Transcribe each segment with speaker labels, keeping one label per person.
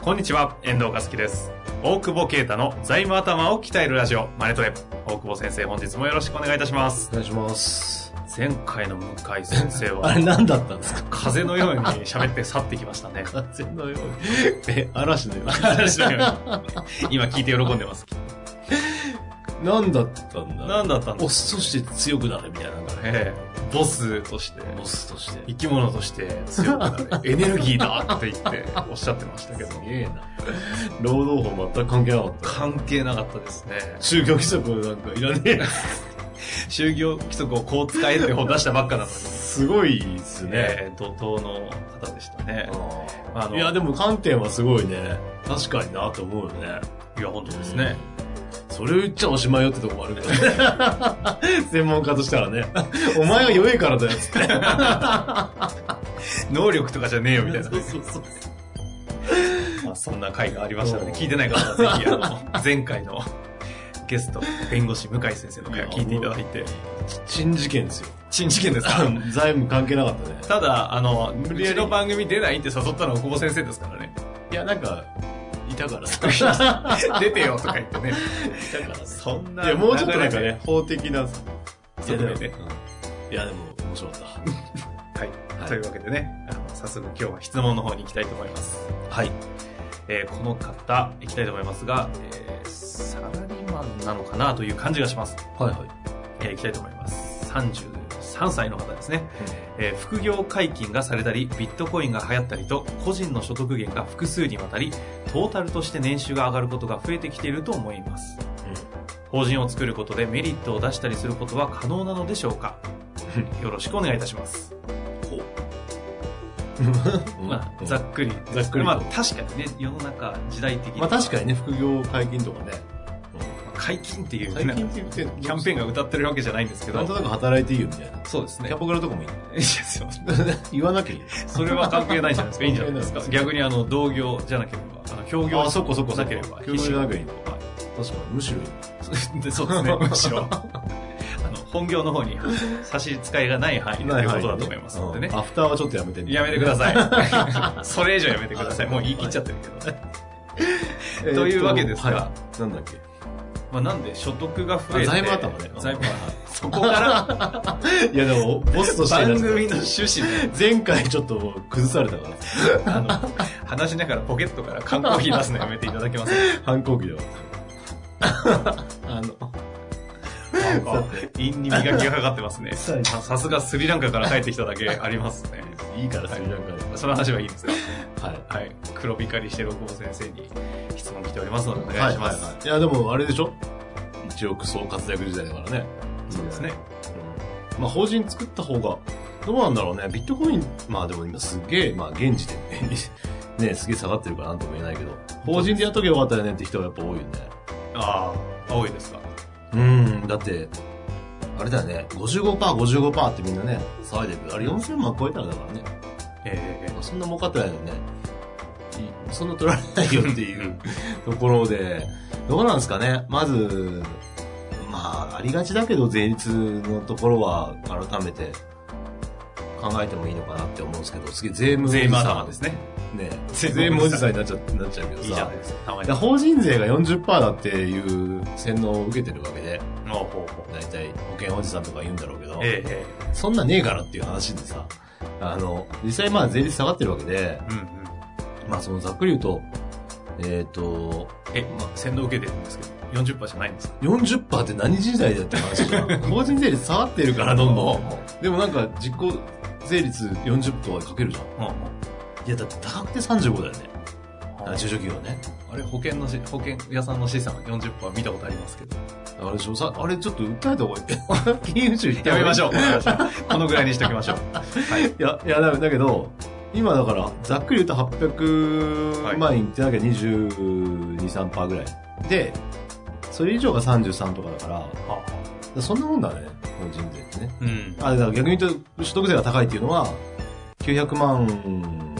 Speaker 1: こんにちは、遠藤和樹です。大久保啓太の財務頭を鍛えるラジオ、マネトレ。大久保先生、本日もよろしくお願いいたします。
Speaker 2: お願いします。
Speaker 1: 前回の向井先生
Speaker 2: あ
Speaker 1: は、
Speaker 2: れ何だったんですか
Speaker 1: 風のように喋って去ってきましたね。
Speaker 2: 風のように。え、嵐のよう
Speaker 1: 嵐のように今聞いて喜んでます。
Speaker 2: に。何だったんだ
Speaker 1: 何だったん
Speaker 2: オ
Speaker 1: です
Speaker 2: スとして強くなるみたいなのが
Speaker 1: か
Speaker 2: ね。
Speaker 1: ねボスとして、
Speaker 2: オスとして。
Speaker 1: 生き物として強くなる。エネルギーだって言っておっしゃってましたけど、
Speaker 2: げえな。労働法全く関係なかった。
Speaker 1: 関係なかったですね。
Speaker 2: 宗教規則なんかいらねえ。
Speaker 1: 就業規則をこう使えって本出したばっかなのに。
Speaker 2: すごいですね。
Speaker 1: ね、怒涛の方でした ね。あの
Speaker 2: いや、でも観点はすごいね。確かになと思うよね。
Speaker 1: いや、本当ですね。
Speaker 2: それを言っちゃおしまいよってとこもあるけど ね。専門家としたらね。お前が弱えからだよっつって。
Speaker 1: 能力とかじゃねえよ、みたいな。
Speaker 2: そうそう。
Speaker 1: まあ、そんな回がありましたので、
Speaker 2: うん
Speaker 1: 聞いてない方はぜひ、あ の、前回のゲスト、弁護士向井先生の回を聞いていただいて。
Speaker 2: 新事件ですよ。
Speaker 1: 新事件ですか
Speaker 2: 財務関係なかったね。
Speaker 1: ただ、あの、
Speaker 2: 無
Speaker 1: 無
Speaker 2: 理
Speaker 1: 理
Speaker 2: やり
Speaker 1: の番組出ないって誘ったのは久保先生ですから ね。
Speaker 2: いや、なんか、いたから さ。いた
Speaker 1: 出てよとか言ってね。
Speaker 2: からさ。
Speaker 1: そん
Speaker 2: い
Speaker 1: な。
Speaker 2: や、もうちょっとなんかね、法的な
Speaker 1: 流れで。側面で。
Speaker 2: いや、でも、面白かっ
Speaker 1: はい。
Speaker 2: はい
Speaker 1: というわけでね、あの早速今日は質問の方に行きたいと思います。
Speaker 2: はい。
Speaker 1: えーこの方、行きたいと思いますが、えーサラリーマンなのかなという感じがします。
Speaker 2: た。はいはい。
Speaker 1: えー行きたいと思います。33歳の方ですね。えー副業解禁がされたり、ビットコインが流行ったりと、個人の所得源が複数にわたり、トータルとして年収が上がることが増えてきていると思います。法人を作ることでメリットを出したりすることは可能なのでしょう かよろしくお願いいたします。
Speaker 2: うん
Speaker 1: まあ、ざ
Speaker 2: ざっ
Speaker 1: っくり。
Speaker 2: ざっくりと
Speaker 1: まあ、確かにね、世の中、時代的に。
Speaker 2: まあ、確かにね、副業解禁とかね。
Speaker 1: 解禁っていうう、
Speaker 2: ん
Speaker 1: ね、
Speaker 2: 解禁って言ってんの、
Speaker 1: キャンペーンが歌ってるわけじゃないんですけ
Speaker 2: なんと
Speaker 1: ど。
Speaker 2: なく働いていいよみたいな。
Speaker 1: そうですね。
Speaker 2: キャバクラとかもいいの
Speaker 1: いやすいません
Speaker 2: 言わなきゃいい。
Speaker 1: それは関係ないじゃないですか。いいんじゃないですか
Speaker 2: 関。係ない
Speaker 1: 逆にあの、同業じゃなければ、あの、協業
Speaker 2: あそっかそっかそっか
Speaker 1: なければ、
Speaker 2: 協業じゃなきゃいい
Speaker 1: 必
Speaker 2: の
Speaker 1: 死は
Speaker 2: 確かに、むしろいい。
Speaker 1: い でそうですね、むしろ。あの、本業の方 に差し支えがない範囲ということだと思いますのでね
Speaker 2: うん。アフターはちょっとやめてね
Speaker 1: やめてください。 それ以上やめてください。もう言い切っちゃってるけど。
Speaker 2: えーっ
Speaker 1: というわけですが
Speaker 2: はいなんだっけ。
Speaker 1: まあ、なんで、所得が増えて。
Speaker 2: あ財務頭ね
Speaker 1: 財務頭そこから、
Speaker 2: いや、でも、ボスとして。
Speaker 1: 番組の趣旨で、
Speaker 2: 前回ちょっと崩されたから、
Speaker 1: あの、話しながらポケットから缶コーヒー出すのやめていただけません
Speaker 2: 反抗期では。あの、
Speaker 1: なんか、陰に磨きがかかってますね。
Speaker 2: そうです
Speaker 1: まあさすがスリランカから帰ってきただけありますね。
Speaker 2: いいからスリラン
Speaker 1: その話はいいですか
Speaker 2: カで。はい。
Speaker 1: はい。黒光りしてる大久保先生に質問来ておりますのでお願いします。
Speaker 2: はいはい。いや、でもあれでしょ一億総活躍時代だからね。
Speaker 1: そうですね。
Speaker 2: まあ、法人作った方が、どうなんだろうね。ビットコイン、まあでも今すげえ、まあ現時点で、ね、すげえ下がってるからなんとも言えないけど、法人でやっとけばよかったよねって人がやっぱ多いよね。
Speaker 1: ああ、青いですか。
Speaker 2: うん、だって、あれだよね、55%、55%ってみんなね、騒いでる。あれ4000万超えたらだからね。
Speaker 1: ええ
Speaker 2: そんな儲かってないのにね、いそんな取られないよっていうところで、どうなんですかね。まず、まあ、ありがちだけど、税率のところは改めて考えてもいいのかなって思うんですけど、次、税務お
Speaker 1: 税
Speaker 2: じさん。
Speaker 1: 務頭ですね。
Speaker 2: ね。税
Speaker 1: 税務
Speaker 2: 務お
Speaker 1: おじ
Speaker 2: じさ
Speaker 1: さ
Speaker 2: んになっちゃなっちゃうけどさ。
Speaker 1: いいじゃないですか。たま
Speaker 2: い
Speaker 1: に。
Speaker 2: や法人税が40%だっていう洗脳を受けてるわけで、
Speaker 1: ほうほうほう
Speaker 2: 大体保険おじさんとか言うんだろうけど、
Speaker 1: えええ
Speaker 2: そんなねえからっていう話でさ、あの、実際まあ税率下がってるわけで、
Speaker 1: えうんうん。
Speaker 2: まあそのざっくり言うと、えっ、と、
Speaker 1: え、まあ、洗脳受けてるんですけど、40%じゃないんですか
Speaker 2: 40%って何時代だって話じ ゃん。法人税率下がってるからどんどん。でもなんか実効税率40%とかでかけるじゃん。
Speaker 1: うんうん。
Speaker 2: いやだって高くて35だよね。
Speaker 1: あ
Speaker 2: あ中小企業ね。
Speaker 1: あれ保険のし保険屋さんの資産40%は見たことありますけど
Speaker 2: あれでしょさ、あれちょっと訴えた方が いい。金融庁行って
Speaker 1: やめまし
Speaker 2: ょ
Speaker 1: ょうこの話はこのぐらいにしておきましょうはい、
Speaker 2: う。いや、いや、だだけど、今だから、ざっくり言うと800万円ってだけ22、3%ぐらい。で、それ以上が33とかだから、だか
Speaker 1: は
Speaker 2: らそんなもんだね、法人税ってね。
Speaker 1: あ、うん
Speaker 2: あ、だから逆に言うと、所得税が高いっていうのは、900万、ん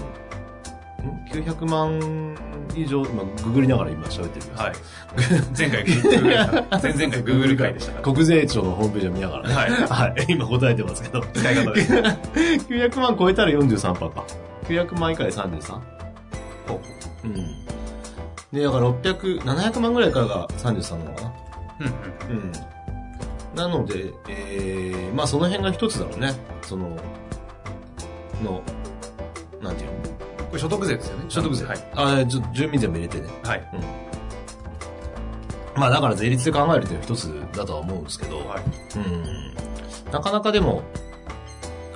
Speaker 2: ?900 万以上、今、ググりながら今喋ってるけど
Speaker 1: はい前回 Google 前々回 Google 会でしたか
Speaker 2: 国税庁のホームページを見ながら
Speaker 1: ら
Speaker 2: ね。
Speaker 1: はい
Speaker 2: はい、今答えてますけど。
Speaker 1: 使い方 ですね
Speaker 2: 900万超えたら43%か。900万以下で 33?
Speaker 1: ほう
Speaker 2: うん。で、だから600、700万ぐらいからが33なのかな。
Speaker 1: うんうん
Speaker 2: うん。なので、えー、まあその辺が一つだろうね。その、の、なんていうの
Speaker 1: これ所得税ですよね
Speaker 2: 所得税。
Speaker 1: はい、
Speaker 2: あ、ちょっと住民税も入れてね。
Speaker 1: はい、
Speaker 2: まあだから税率で考えるというのは一つだとは思うんですけど、
Speaker 1: はい
Speaker 2: うん。なかなかでも、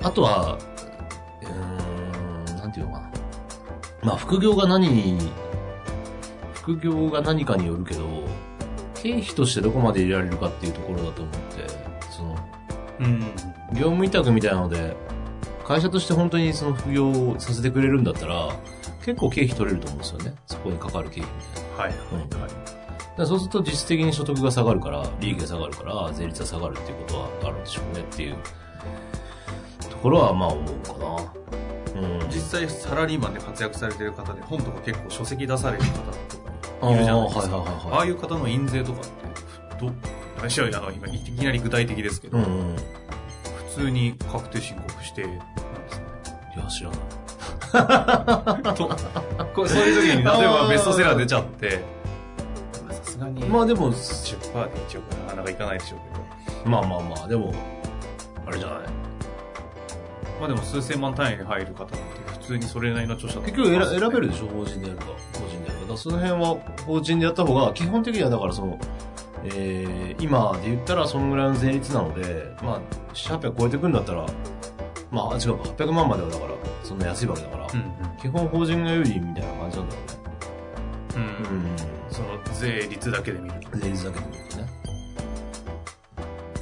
Speaker 2: あとは、うーん、なんていうのかな。まあ副業が何に、副業が何かによるけど、経費としてどこまで入れられるかっていうところだと思って、その、
Speaker 1: うん
Speaker 2: 業務委託みたいなので、会社として本当にその副業をさせてくれるんだったら、結構経費取れると思うんですよね。そこにかかる経費みたいな。
Speaker 1: はい
Speaker 2: うんだからそうすると実質的に所得が下がるから、利益が下がるから、税率が下がるっていうことはあるんでしょうねっていうところはまあ思うかな。うん。
Speaker 1: 実際サラリーマンで活躍されてる方で本とか結構書籍出される方とか
Speaker 2: あー
Speaker 1: いるじゃないですか
Speaker 2: はいはいはいはい
Speaker 1: ああいう方の印税とかってど私はあの今いきなり具体的ですけど、
Speaker 2: うんうん。い
Speaker 1: 普通に確定申告してなんですね
Speaker 2: や、知らない。
Speaker 1: とこれそういう時に例えば
Speaker 2: あー
Speaker 1: ベストセラー出ちゃってまあさすがに
Speaker 2: まあでも、
Speaker 1: 10%で1億なかなかいかないでしょう
Speaker 2: まあまあまあ、でも、あれじゃない。
Speaker 1: けどまあでも数千万単位で入る方なんて普通にそれなりの著者
Speaker 2: 結局選選べる
Speaker 1: で
Speaker 2: でしょ法人でやるか法人でやるかだからその辺は法人でやった方が基本的にはだからその、えー、今で言ったらそのぐらいの税率なのでまあ800超えてくんだったらまあ違うか800万まではだからそんな安いわけだから、
Speaker 1: うん
Speaker 2: 基本法人が有利みたいな感じなんだよ
Speaker 1: うん、うん
Speaker 2: ね
Speaker 1: その税率だけで見ると
Speaker 2: うん税率だけで見るとね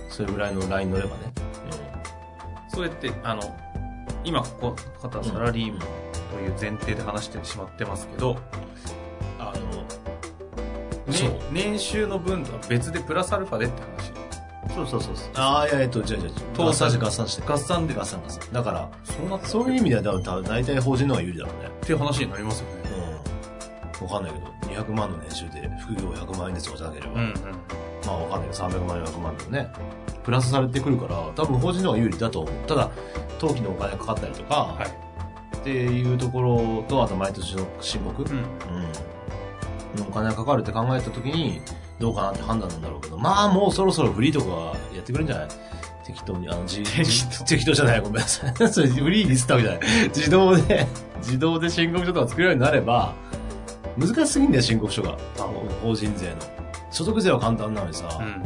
Speaker 2: それぐらいのライン乗ればね、
Speaker 1: それってあの今ここ方はサラリーマンという前提で話してしまってますけど、
Speaker 2: あの
Speaker 1: ね
Speaker 2: そう
Speaker 1: 年収の分とは別でプラスアルファでって話
Speaker 2: そうそうそうそうああいやえっとじゃあじゃあ
Speaker 1: 投
Speaker 2: 合
Speaker 1: 資
Speaker 2: 算して合算して
Speaker 1: 合算で
Speaker 2: 合算合算だから
Speaker 1: そうなって
Speaker 2: そういう意味ではだだ大体法人の方が有利だろうね
Speaker 1: っていう話になりますよね
Speaker 2: うん。わかんないけど、200万の年収で副業100万円ですとかじゃなければ、
Speaker 1: うん
Speaker 2: まあわかんないけど、300万円、100万でもね、プラスされてくるから、多分法人の方が有利だと思う。ただ、登記のお金がかかったりとか、
Speaker 1: はい
Speaker 2: っていうところと、あと毎年の申告、うん
Speaker 1: うんうん
Speaker 2: のお金がかかるって考えたときに、どうかなって判断なんだろうけど、まあもうそろそろフリーとかやってくれるんじゃない適当に、あの、自
Speaker 1: 適
Speaker 2: 当適当じゃない、ごめんなさい。 それフリーにったわけじゃない。自動で、 自動で申告書とか作れるようになれば、難しすぎんだよ、申告書が。あの法人税の。所得税は簡単なのにさ、
Speaker 1: うん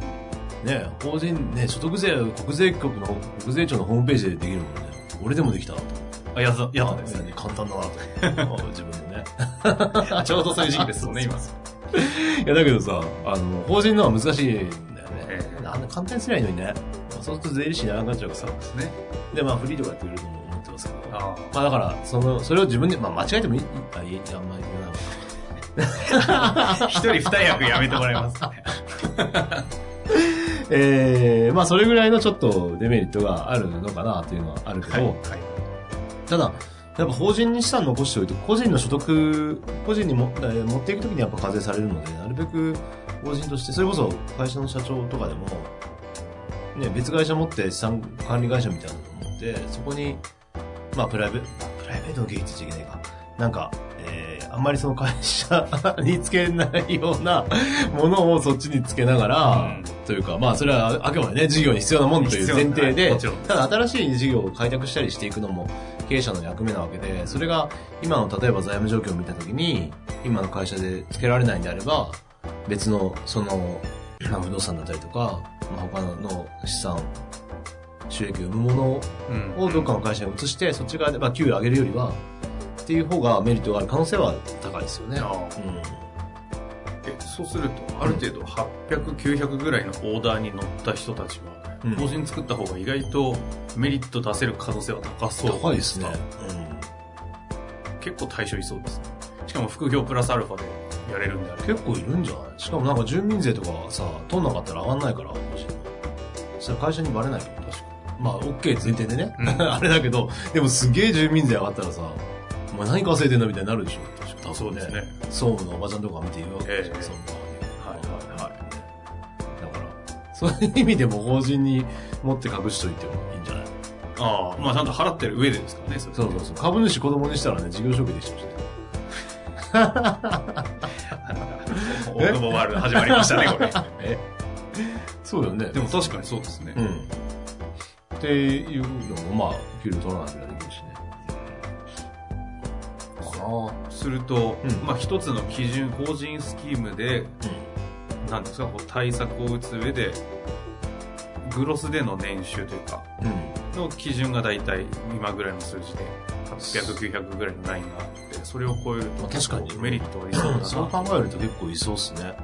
Speaker 2: ね、法人、ね、所得税、国税局の、国税庁のホームページでできるもんね。俺でもできたわと思って。
Speaker 1: あやだやだ
Speaker 2: あ
Speaker 1: ですね
Speaker 2: 簡単だなと思ってあ自分 でね。
Speaker 1: ちょうどそういう時期ですもんね今
Speaker 2: いや、だけどさ、あの、法人のは難しいんだよね
Speaker 1: え。え
Speaker 2: あんな簡単にすりゃいいのにね。まあそうすると税理士にならなくなっちゃうからさ。
Speaker 1: ですね
Speaker 2: で、まあ、フリーとかやってくれると思ってますけど。
Speaker 1: あ
Speaker 2: まあ、だから、その、それを自分で、まあ、間違えてもいい、あ、いい、あんまり言わない
Speaker 1: あ一人二役やめてもらいますね
Speaker 2: えー、まあ、それぐらいのちょっとデメリットがあるのかなっていうのはあるけど、
Speaker 1: はい
Speaker 2: ただ、やっぱ法人に資産残しておいて、個人の所得、個人にも、えー持っていくときにやっぱ課税されるので、なるべく法人として、それこそ会社の社長とかでも、ね、別会社持って資産管理会社みたいなのを持って、そこに、まあプライベ、まあプライベートの経費って言っちゃいけないか。なんか、えーあんまりその会社につけないようなものをそっちにつけながら、
Speaker 1: うん
Speaker 2: というか、まあそれはあくまでね、事業に必要なもんという前
Speaker 1: 必
Speaker 2: 提
Speaker 1: 要なはい
Speaker 2: で
Speaker 1: もちろん、
Speaker 2: ただ新しい事業を開拓したりしていくのも経営者の役目なわけで、それが今の例えば財務状況を見たときに、今の会社でつけられないんであれば、別の、その、まあ不動産だったりとか、まあ、他の資産、収益を生むもの
Speaker 1: うん
Speaker 2: をどっかの会社に移して、そっち側で、まあ、給与を上げるよりは、っていう方がメリットがある可能性は高いですよね。
Speaker 1: あ
Speaker 2: うん
Speaker 1: えそうするとある程度800900ぐらいのオーダーに乗った人たちは
Speaker 2: うん
Speaker 1: 同時に作った方が意外とメリット出せる可能性は高そう
Speaker 2: 高いですね。
Speaker 1: 結構対象いそうですねしかも副業プラスアルファでやれるんであれば
Speaker 2: 結構いるんじゃないしかもなんか住民税とかはさ、取んなかったら上がんないから、個人のそれ会社にバレないけど、確かに。まあ、OK 前提でね。
Speaker 1: うん
Speaker 2: あれだけど、でもすげえ住民税上がったらさ、お前何稼いでんだみたいになるでしょ。確か
Speaker 1: あそうですね。
Speaker 2: 総務のおばちゃんとか見ているわけでしょ、
Speaker 1: ええ
Speaker 2: そん
Speaker 1: はい
Speaker 2: な
Speaker 1: はいはい
Speaker 2: だから、そういう意味でも法人に持って隠しといてもいいんじゃない
Speaker 1: ああまあちゃんと払ってる上でですからねそれ
Speaker 2: そうそうそう。株主子供にしたらね、事業承継できてほしい。
Speaker 1: オークボワールド始まりましたねこれ
Speaker 2: えそうよね。
Speaker 1: でも確かにそうですね、
Speaker 2: うん。っていうのも、まあ、給料取らないとできるしね。かな
Speaker 1: すると、
Speaker 2: うん
Speaker 1: まあ一つの基準法人スキームでなんですかこう対策を打つ上でグロスでの年収というか
Speaker 2: うん。
Speaker 1: の基準が大体今ぐらいの数字で800900ぐらいのラインがあってそれを超えると
Speaker 2: まあ確かに
Speaker 1: メリットありそうだ
Speaker 2: う。
Speaker 1: なん
Speaker 2: そう考えると結構いそうっすね。
Speaker 1: うん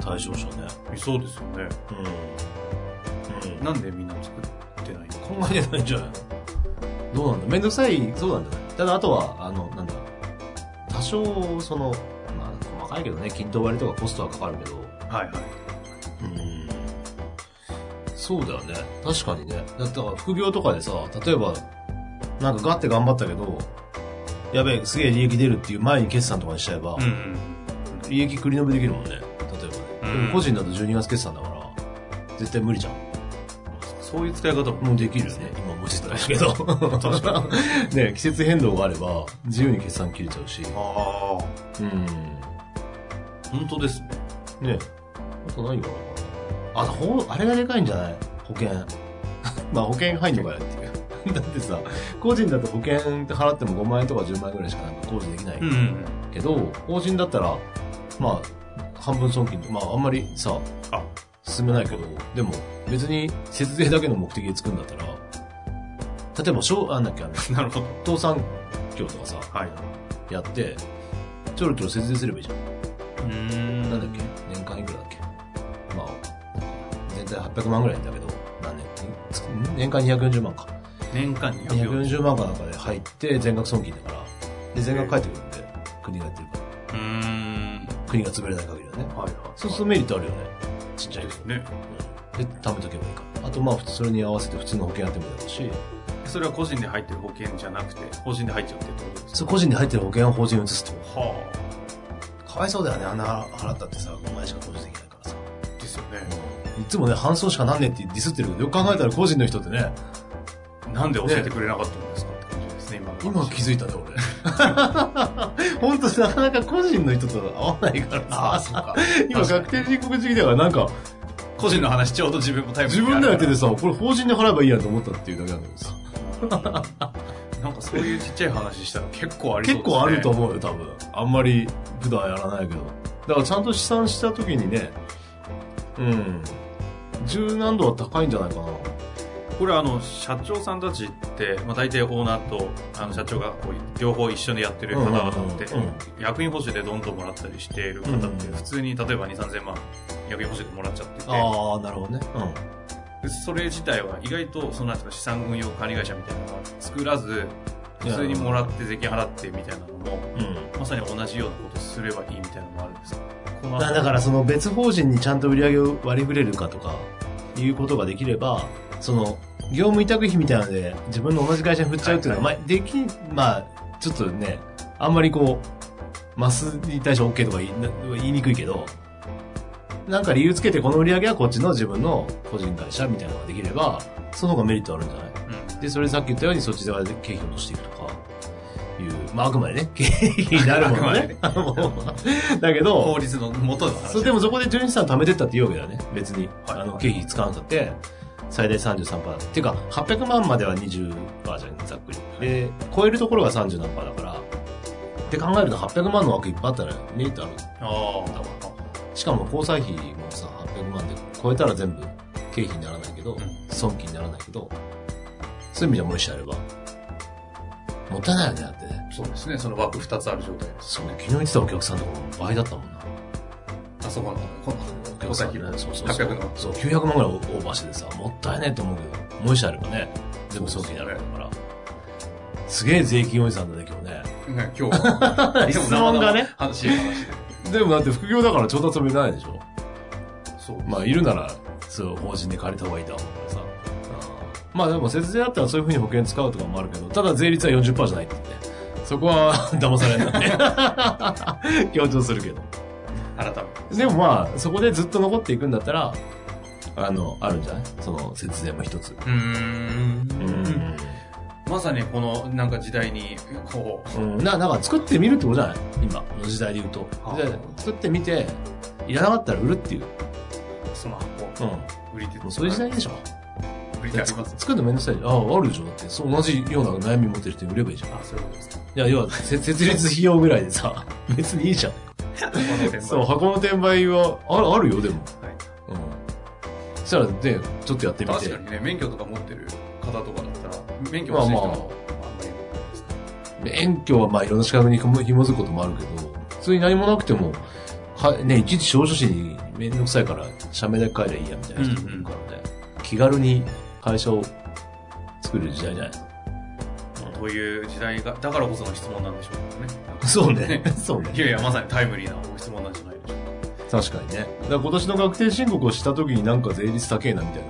Speaker 2: 対象者ね。
Speaker 1: いそうですよね
Speaker 2: うん。うん。
Speaker 1: なんでみんな作ってないのか
Speaker 2: 考えてないんじゃないのどうなんだめんどくさい、そうなんじゃないただ、あとは、あの、なんだ多少、その、まあ、細かいけどね、均等割りとかコストはかかるけど、
Speaker 1: はいはい
Speaker 2: うんそうだよね。確かにね。だってだから副業とかでさ、例えば、なんかガッて頑張ったけど、やべえ、すげえ利益出るっていう前に決算とかにしちゃえば、
Speaker 1: うん
Speaker 2: 利益繰り延びできるもんね。例えばね。
Speaker 1: うん
Speaker 2: でも個人だと12月決算だから、絶対無理じゃん。
Speaker 1: そういう使い方も
Speaker 2: もうできるよね。今無視してたけど。確かに。 ね季節変動があれば、自由に決算切れちゃうし。
Speaker 1: あ
Speaker 2: うん。
Speaker 1: あ本当ですね
Speaker 2: ねあと何があるかなあ、ほあれがでかいんじゃない保険。 まあ保険入んのかよっていう。 だってさ、個人だと保険って払っても5万円とか10万円ぐらいしかなんか控除できない
Speaker 1: うん
Speaker 2: けど、法人だったら、まあ、半分損金、まああんまりさ、
Speaker 1: あ
Speaker 2: 進めないけど、でも別に節税だけの目的でつくんだったら、例えば、小あんだっけ、あの、
Speaker 1: なるほど
Speaker 2: 倒産業とかさ、
Speaker 1: はい
Speaker 2: やって、ちょろちょろ節税すればいいじゃん。
Speaker 1: うん
Speaker 2: なんだっけ年間いくらだっけまあ、全体800万ぐらいだけど、何年つ年間240万か。
Speaker 1: 年間2 4
Speaker 2: 240万かなんかで入って、全額損金だから。で、全額返ってくるんで、国がやってるから。
Speaker 1: うーん
Speaker 2: 国が潰れない限りはね。
Speaker 1: はいはい
Speaker 2: そうするとメリットあるよね。ちっちゃいけど。
Speaker 1: ね
Speaker 2: で、貯めとけばいいから。あと、まあ、普通それに合わせて普通の保険やってもいいだろうし、
Speaker 1: それは個人で入ってる保険じゃなくて法人で入っちゃうってことですか
Speaker 2: そう個人で入ってる保険を法人に移すと。
Speaker 1: は
Speaker 2: かわいそうだよね、あんな払ったってさ、5万円しか投資できないからさ。
Speaker 1: あですよね
Speaker 2: いつもね、半損しかなんねえってディスってるけど、よく考えたら個人の人ってね、
Speaker 1: なんで教えてくれなかったんですかって感じですね今の
Speaker 2: 今
Speaker 1: 話
Speaker 2: 気づいたね、俺。 本当なかなか個人の人と会わないからさ。
Speaker 1: ああそうか
Speaker 2: 今、確定申告時期だから、なんか、
Speaker 1: 個人の話ちょうど自分もタイム
Speaker 2: 自分らやけでさ、これ法人で払えばいいやと思ったっていうだけなんだけどさ。
Speaker 1: なんかそういうちっちゃい話したら結構ありそう
Speaker 2: 結
Speaker 1: ですね
Speaker 2: 構あると思うよ、多分。あんまり普段やらないけど。だからちゃんと試算した時にね、うん。柔軟度は高いんじゃないかな。
Speaker 1: これあの社長さんたちって、まあ、大体オーナーとあの社長がこう両方一緒にやってる方々って、
Speaker 2: うんうんうん
Speaker 1: 役員報酬でどんどんもらったりしている方って
Speaker 2: うん
Speaker 1: 普通に例えば2 3 0 0 0万役員報酬でもらっちゃってて
Speaker 2: ああ、なるほどね。うん。
Speaker 1: でそれ自体は意外とそのなんていうか資産運用管理会社みたいなのは作らず普通にもらって税金払ってみたいなのも
Speaker 2: うん。
Speaker 1: まさに同じようなことすればいいみたいなのもあるんですかこの
Speaker 2: だだからその別法人にちゃんと売り上げを割り振れるかとかいうことができればその業務委託費みたいなので自分の同じ会社に振っちゃうっていうのは、まあできまあちょっとねあんまりこうマスに対して OK とか言いな言いにくいけどなんか理由つけてこの売り上げはこっちの自分の個人会社みたいなのができればその方がメリットあるんじゃない
Speaker 1: うん
Speaker 2: でそれさっき言ったようにそっちでは経費を落としていくとかいうまああくまでね経費になるもの ねだけど
Speaker 1: 法律の元の話
Speaker 2: そうでもそこで純資産貯めてったって言うわけだよね別に、
Speaker 1: はい
Speaker 2: あの経費使わなくたって最大33%パーっていうか800万までは20%パーじゃんざっくりで超えるところが30何パーだからって考えると800万の枠いっぱいあったらメリットある
Speaker 1: ああ
Speaker 2: しかも交際費もさ800万で超えたら全部経費にならないけど
Speaker 1: ん
Speaker 2: 損金にならないけどそういう意味じゃ無理してやればもったいないよね、だってね。
Speaker 1: そうですね、その枠2つある状態です。
Speaker 2: そうね、昨日言ってたお客さんとかも倍だったもんな。
Speaker 1: あそこの、こ
Speaker 2: お
Speaker 1: の、
Speaker 2: 客さ
Speaker 1: さ
Speaker 2: ん
Speaker 1: っき
Speaker 2: ね
Speaker 1: の、、
Speaker 2: そうそうそう。
Speaker 1: 800の。
Speaker 2: そう、900万ぐらいオーバーしててさ、もったいねえと思うけど、もう一社あればね、全部早期になるから。すげえ税金おじさんだね、今日ね。
Speaker 1: ね、今日は
Speaker 2: 質問がね
Speaker 1: でも生々しい話で。
Speaker 2: でもだって副業だから調達もいらないでしょ
Speaker 1: そう。
Speaker 2: まあ、いるなら、そう、法人で借りた方がいいとは思うけどさ。まあでも、節税だったらそういうふうに保険使うとかもあるけど、ただ税率は40%じゃないって言って。そこは 騙されないね。 強調するけど。
Speaker 1: 改めて。
Speaker 2: でもまあ、そこでずっと残っていくんだったら、あの、あるんじゃないその節税も一つ。
Speaker 1: うーん。まさにこの、なんか時代に、こう、
Speaker 2: うん、ななんか作ってみるってことじゃない今の時代で言うと。
Speaker 1: はあ
Speaker 2: で作ってみて、いらなかったら売るっていう。
Speaker 1: その箱を
Speaker 2: うん。も
Speaker 1: 売り手
Speaker 2: うそういう時代でしょ。
Speaker 1: 売り手あります。
Speaker 2: 作るのめんどくさい。ああ、あるでしょ。だって、そう同じような悩み持ってる人に売ればいいじゃん。い
Speaker 1: あ、そういうことですか。
Speaker 2: や、要は、せ 設立費用ぐらいでさ、 別にいいじゃん。
Speaker 1: この先輩
Speaker 2: そう、箱の転売は、ある、あるよ、でも。
Speaker 1: はい
Speaker 2: うん。そしたら、で、ちょっとやってみて。
Speaker 1: 確かにね、免許とか持ってる方とかだったら、免許
Speaker 2: ま
Speaker 1: 欲
Speaker 2: あ
Speaker 1: しい
Speaker 2: ま
Speaker 1: 人
Speaker 2: あ
Speaker 1: もあんまりいないですね。
Speaker 2: 免許はまあいろんな資格に紐紐づくこともあるけど、普通に何もなくても、はね、いちいち少女誌にめんどくさいから、社名だけ変えりゃいいやみたいな人もいるからね、気軽に会社を作る時代じゃない
Speaker 1: という時代が、だからこその質問なんでしょうけどね。
Speaker 2: そうね。 そうね
Speaker 1: い。やいや、まさにタイムリーなご質問なんじゃないでしょうか。
Speaker 2: 確かにね。だから今年の確定申告をした時になんか税率高えなみたいな。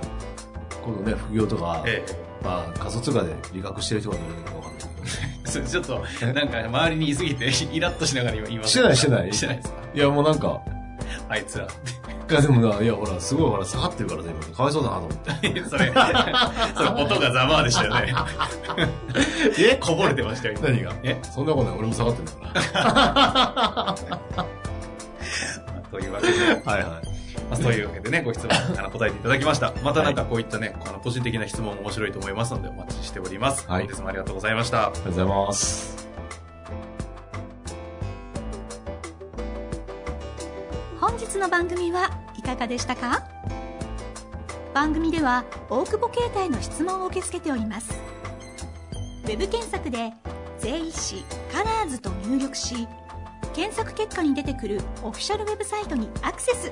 Speaker 2: このね、副業とか、
Speaker 1: ええ。
Speaker 2: まあ仮想通貨で利確してる人がどれだけかわかんないけど。
Speaker 1: そうちょっと、なんか周りにいすぎて、 イラッとしながら今言いま
Speaker 2: してないしてない
Speaker 1: してないですか。
Speaker 2: いやもうなんか、
Speaker 1: あいつら。
Speaker 2: いやでもな、いやほら、すごいほら、下がってるからね、今かわいそうだなと思って。
Speaker 1: それ、そ れ音がざまあでした よね。え こぼれてましたよ、今
Speaker 2: 何が
Speaker 1: え
Speaker 2: そんなことない、俺も下がってるから。
Speaker 1: というわけで、
Speaker 2: はいはい。
Speaker 1: まあそういうわけでね、ご質問あの答えていただきました。またなんかこういったね、あの個人的な質問も面白いと思いますので、お待ちしております。
Speaker 2: はい
Speaker 1: 本日もありがとうございました。
Speaker 2: ありがとうございます。
Speaker 3: 本日の番組はいかがでしたか番組では大久保携帯の質問を受け付けておりますウェブ検索で「税理士カラーズと入力し検索結果に出てくるオフィシャルウェブサイトにアクセス